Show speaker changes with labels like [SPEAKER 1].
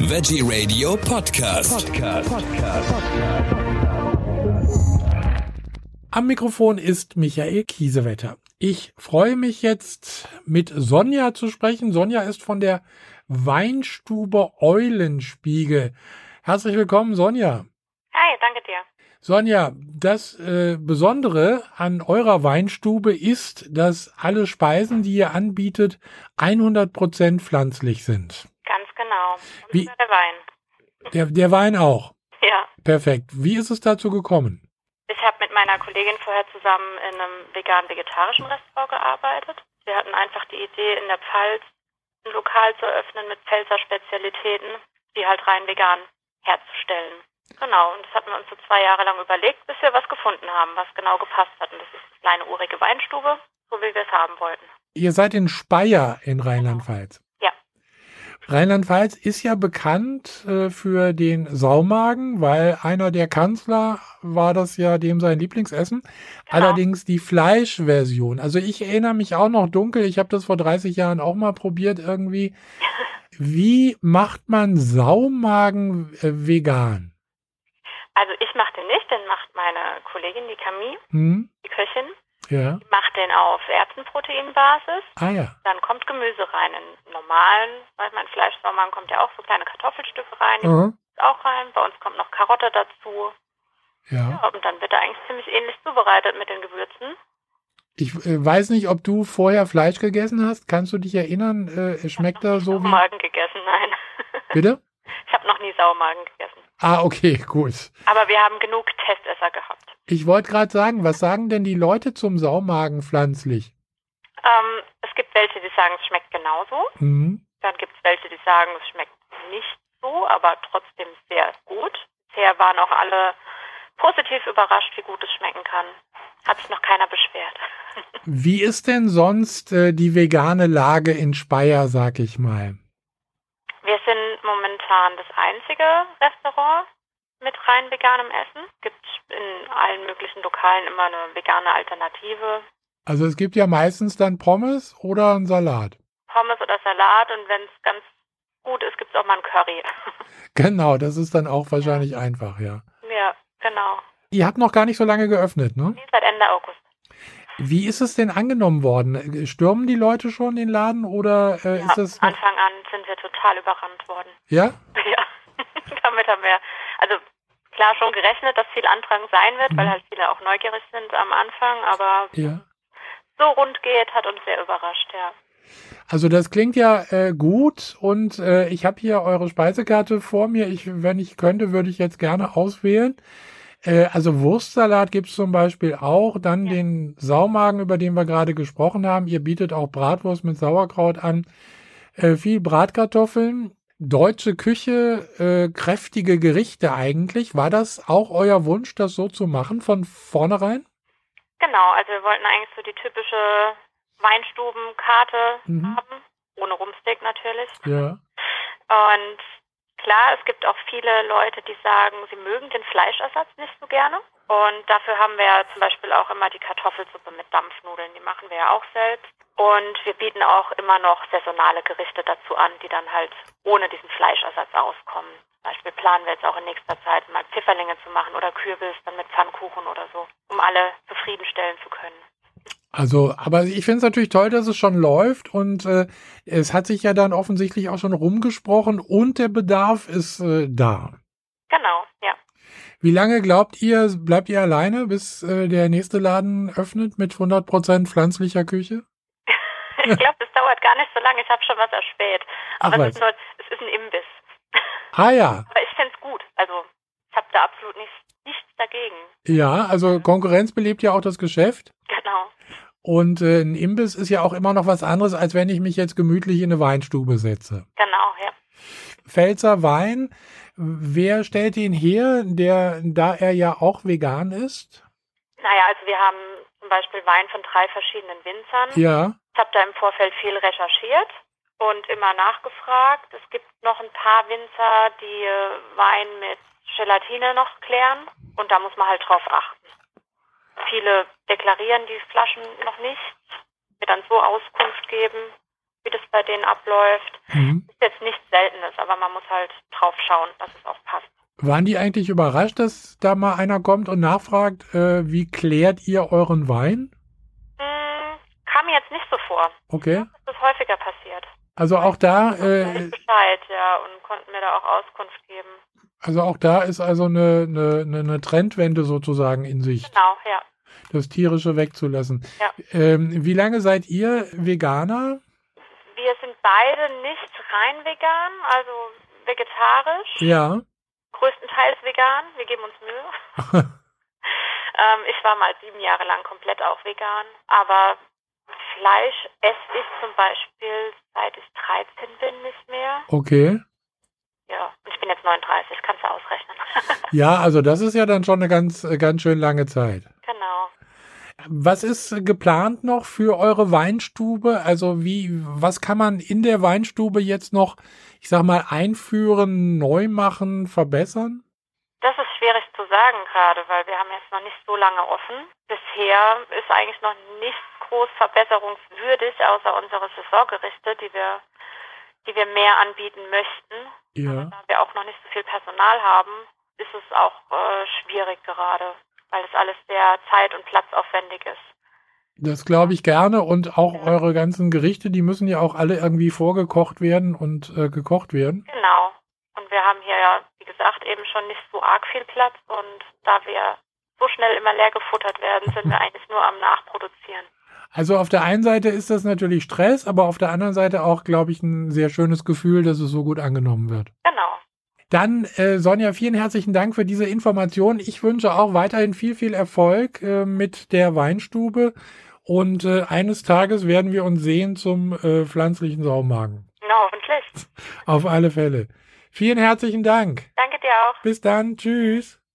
[SPEAKER 1] Veggie Radio Podcast.
[SPEAKER 2] Am Mikrofon ist Michael Kiesewetter. Ich freue mich jetzt mit Sonja zu sprechen. Sonja ist von der Weinstube Eulenspiegel. Herzlich willkommen, Sonja.
[SPEAKER 3] Hi, danke dir.
[SPEAKER 2] Sonja, das äh, Besondere an eurer Weinstube ist, dass alle Speisen, die ihr anbietet, 100% pflanzlich sind.
[SPEAKER 3] Ganz genau. Und
[SPEAKER 2] Wie-
[SPEAKER 3] über der Wein.
[SPEAKER 2] Der, der Wein auch.
[SPEAKER 3] Ja.
[SPEAKER 2] Perfekt. Wie ist es dazu gekommen?
[SPEAKER 3] Ich habe mit meiner Kollegin vorher zusammen in einem vegan-vegetarischen Restaurant gearbeitet. Wir hatten einfach die Idee, in der Pfalz ein Lokal zu öffnen mit Pfälzer Spezialitäten, die halt rein vegan herzustellen. Genau, und das hatten wir uns so zwei Jahre lang überlegt, bis wir was gefunden haben, was genau gepasst hat. Und das ist eine kleine urige Weinstube, so wie wir es haben wollten.
[SPEAKER 2] Ihr seid in Speyer in Rheinland-Pfalz.
[SPEAKER 3] Ja.
[SPEAKER 2] Rheinland-Pfalz ist ja bekannt äh, für den Saumagen, weil einer der Kanzler war das ja dem sein Lieblingsessen. Allerdings die Fleischversion. Also ich erinnere mich auch noch dunkel. Ich habe das vor 30 Jahren auch mal probiert irgendwie. Wie macht man Saumagen äh, vegan?
[SPEAKER 3] Also ich mache den nicht, den macht meine Kollegin, die Camille,
[SPEAKER 2] Hm?
[SPEAKER 3] die Köchin,
[SPEAKER 2] Ja.
[SPEAKER 3] macht den auf Erbsenproteinbasis.
[SPEAKER 2] Ah ja.
[SPEAKER 3] Dann kommt Gemüse rein. In normalen, weil mein Fleischsauermann kommt ja auch so kleine Kartoffelstücke rein, die
[SPEAKER 2] Mhm.
[SPEAKER 3] kommt auch rein. Bei uns kommt noch Karotte dazu.
[SPEAKER 2] Ja.
[SPEAKER 3] Ja, und dann wird er eigentlich ziemlich ähnlich zubereitet mit den Gewürzen.
[SPEAKER 2] Ich äh, weiß nicht, ob du vorher Fleisch gegessen hast. Kannst du dich erinnern? Äh, schmeckt er so wie.
[SPEAKER 3] Saumagen gegessen, nein.
[SPEAKER 2] Bitte?
[SPEAKER 3] ich habe noch nie Saumagen gegessen.
[SPEAKER 2] Ah, okay, gut.
[SPEAKER 3] Aber wir haben genug Testesser gehabt.
[SPEAKER 2] Ich wollte gerade sagen, was sagen denn die Leute zum Saumagen pflanzlich?
[SPEAKER 3] Ähm, es gibt welche, die sagen, es schmeckt genauso.
[SPEAKER 2] Mhm.
[SPEAKER 3] Dann gibt es welche, die sagen, es schmeckt nicht so, aber trotzdem sehr gut. Bisher waren auch alle positiv überrascht, wie gut es schmecken kann. Hat sich noch keiner beschwert.
[SPEAKER 2] Wie ist denn sonst äh, die vegane Lage in Speyer, sag ich mal?
[SPEAKER 3] Wir sind momentan das einzige Restaurant mit rein veganem Essen. Gibt in allen möglichen Lokalen immer eine vegane Alternative.
[SPEAKER 2] Also es gibt ja meistens dann Pommes oder einen Salat.
[SPEAKER 3] Pommes oder Salat und wenn es ganz gut ist, gibt es auch mal ein Curry.
[SPEAKER 2] Genau, das ist dann auch wahrscheinlich einfach, ja.
[SPEAKER 3] ja, genau.
[SPEAKER 2] Ihr habt noch gar nicht so lange geöffnet, ne?
[SPEAKER 3] Nee, Seit Ende August.
[SPEAKER 2] Wie ist es denn angenommen worden? Äh, Stürmen die Leute schon den Laden oder äh,
[SPEAKER 3] Ja, also-
[SPEAKER 2] ist das... noch-
[SPEAKER 3] Anfang an sind wir total überrannt worden.
[SPEAKER 2] Ja?
[SPEAKER 3] Ja, damit haben wir, also klar schon gerechnet, dass viel Andrang sein wird,
[SPEAKER 2] Mhm.
[SPEAKER 3] weil halt viele auch neugierig sind am Anfang, aber
[SPEAKER 2] Ja.
[SPEAKER 3] so rund geht, hat uns sehr überrascht, ja.
[SPEAKER 2] Also das klingt ja äh, gut und äh, ich habe hier eure Speisekarte vor mir. Ich, wenn ich könnte, würde ich jetzt gerne auswählen. Äh, also Wurstsalat gibt's zum Beispiel auch. Dann
[SPEAKER 3] Ja.
[SPEAKER 2] den Saumagen, über den wir gerade gesprochen haben. Ihr bietet auch Bratwurst mit Sauerkraut an. Äh, viel Bratkartoffeln. Deutsche Küche, äh, kräftige Gerichte eigentlich. War das auch euer Wunsch, das so zu machen von vornherein?
[SPEAKER 3] Genau, also wir wollten eigentlich so die typische Weinstubenkarte
[SPEAKER 2] Mhm.
[SPEAKER 3] haben, ohne Rumsteak natürlich.
[SPEAKER 2] Ja.
[SPEAKER 3] Und klar, es gibt auch viele Leute, die sagen, sie mögen den Fleischersatz nicht so gerne. Und dafür haben wir ja zum Beispiel auch immer die Kartoffelsuppe mit Dampfnudeln, die machen wir ja auch selbst. Und wir bieten auch immer noch saisonale Gerichte dazu an, die dann halt ohne diesen Fleischersatz auskommen. Zum Beispiel planen wir jetzt auch in nächster Zeit mal Pfifferlinge zu machen oder Kürbis dann mit Pfannkuchen oder so, um alle zufriedenstellen zu können.
[SPEAKER 2] Also, aber ich finde es natürlich toll, dass es schon läuft und äh, es hat sich ja dann offensichtlich auch schon rumgesprochen und der Bedarf ist äh, da.
[SPEAKER 3] Genau, ja.
[SPEAKER 2] Wie lange glaubt ihr, bleibt ihr alleine, bis äh, der nächste Laden öffnet mit 100% pflanzlicher Küche?
[SPEAKER 3] Ich glaube, das dauert gar nicht so lange. Ich habe schon was erspäht.
[SPEAKER 2] Ach,
[SPEAKER 3] Aber
[SPEAKER 2] was.
[SPEAKER 3] es ist, nur, es ist ein Imbiss.
[SPEAKER 2] Ah ja,
[SPEAKER 3] Aber ich find's gut. Also ich habe da absolut nichts, nichts dagegen.
[SPEAKER 2] ja, also Konkurrenz belebt ja auch das Geschäft
[SPEAKER 3] Genau.
[SPEAKER 2] und äh, ein Imbiss ist ja auch immer noch was anderes, als wenn ich mich jetzt gemütlich in eine Weinstube setze.
[SPEAKER 3] Genau, ja.
[SPEAKER 2] Pfälzer Wein, wer stellt ihn her, der, da er ja auch vegan ist?
[SPEAKER 3] Naja, also wir haben zum Beispiel Wein von drei verschiedenen Winzern.
[SPEAKER 2] Ja.
[SPEAKER 3] Ich habe da im Vorfeld viel recherchiert und immer nachgefragt. Es gibt noch ein paar Winzer, die äh, Wein mit Gelatine noch klären. Und da muss man halt drauf achten. Viele deklarieren die Flaschen noch nicht, mir dann so Auskunft geben. wie das bei denen abläuft.
[SPEAKER 2] Mhm.
[SPEAKER 3] Ist jetzt nichts Seltenes, aber man muss halt drauf schauen, dass es auch passt.
[SPEAKER 2] Waren die eigentlich überrascht, dass da mal einer kommt und nachfragt, äh, wie klärt ihr euren Wein?
[SPEAKER 3] Hm, kam mir jetzt nicht so vor.
[SPEAKER 2] Okay.
[SPEAKER 3] Das ist häufiger passiert.
[SPEAKER 2] Also auch da, äh,
[SPEAKER 3] Äh, Bescheid, ja, und konnten mir da auch Auskunft geben.
[SPEAKER 2] also auch da ist also eine, eine, eine- eine Trendwende sozusagen in Sicht,
[SPEAKER 3] Genau, ja.
[SPEAKER 2] das Tierische wegzulassen.
[SPEAKER 3] Ja.
[SPEAKER 2] Ähm, wie lange seid ihr Veganer?
[SPEAKER 3] Wir sind beide nicht rein vegan, also vegetarisch,
[SPEAKER 2] Ja.
[SPEAKER 3] größtenteils vegan. Wir geben uns Mühe. ähm, ich war mal sieben Jahre lang komplett auch vegan, aber Fleisch esse ich zum Beispiel seit ich 13 bin nicht mehr.
[SPEAKER 2] Okay.
[SPEAKER 3] Ja, und ich bin jetzt 39, kannst du ausrechnen.
[SPEAKER 2] Ja, also das ist ja dann schon eine ganz, äh, ganz schön lange Zeit.
[SPEAKER 3] genau.
[SPEAKER 2] Was ist äh, geplant noch für eure Weinstube? Also wie, was kann man in der Weinstube jetzt noch, ich sag mal, einführen, neu machen, verbessern?
[SPEAKER 3] Das ist schwierig zu sagen gerade, weil wir haben jetzt noch nicht so lange offen. Bisher ist eigentlich noch nichts groß verbesserungswürdig, außer unsere Saisongerichte, die wir, die wir mehr anbieten möchten.
[SPEAKER 2] Ja.
[SPEAKER 3] Da wir auch noch nicht so viel Personal haben, ist es auch äh, schwierig gerade, weil es alles sehr zeit- und platzaufwendig ist.
[SPEAKER 2] Das glaube ich gerne und auch eure ganzen Gerichte, die müssen ja auch alle irgendwie vorgekocht werden und äh, gekocht werden.
[SPEAKER 3] Genau. Und wir haben hier ja, wie gesagt, eben schon nicht so arg viel Platz und da wir so schnell immer leer gefuttert werden, sind wir eigentlich nur am Nachproduzieren.
[SPEAKER 2] Also auf der einen Seite ist das natürlich Stress, aber auf der anderen Seite auch, glaube ich, ein sehr schönes Gefühl, dass es so gut angenommen wird.
[SPEAKER 3] Genau.
[SPEAKER 2] Dann, äh, Sonja, vielen herzlichen Dank für diese Information. Ich wünsche auch weiterhin viel, viel Erfolg äh, mit der Weinstube. Und äh, eines Tages werden wir uns sehen zum äh, pflanzlichen Saumagen.
[SPEAKER 3] Na, hoffentlich.
[SPEAKER 2] Auf alle Fälle. Vielen herzlichen Dank.
[SPEAKER 3] Danke dir auch.
[SPEAKER 2] Bis dann. Tschüss.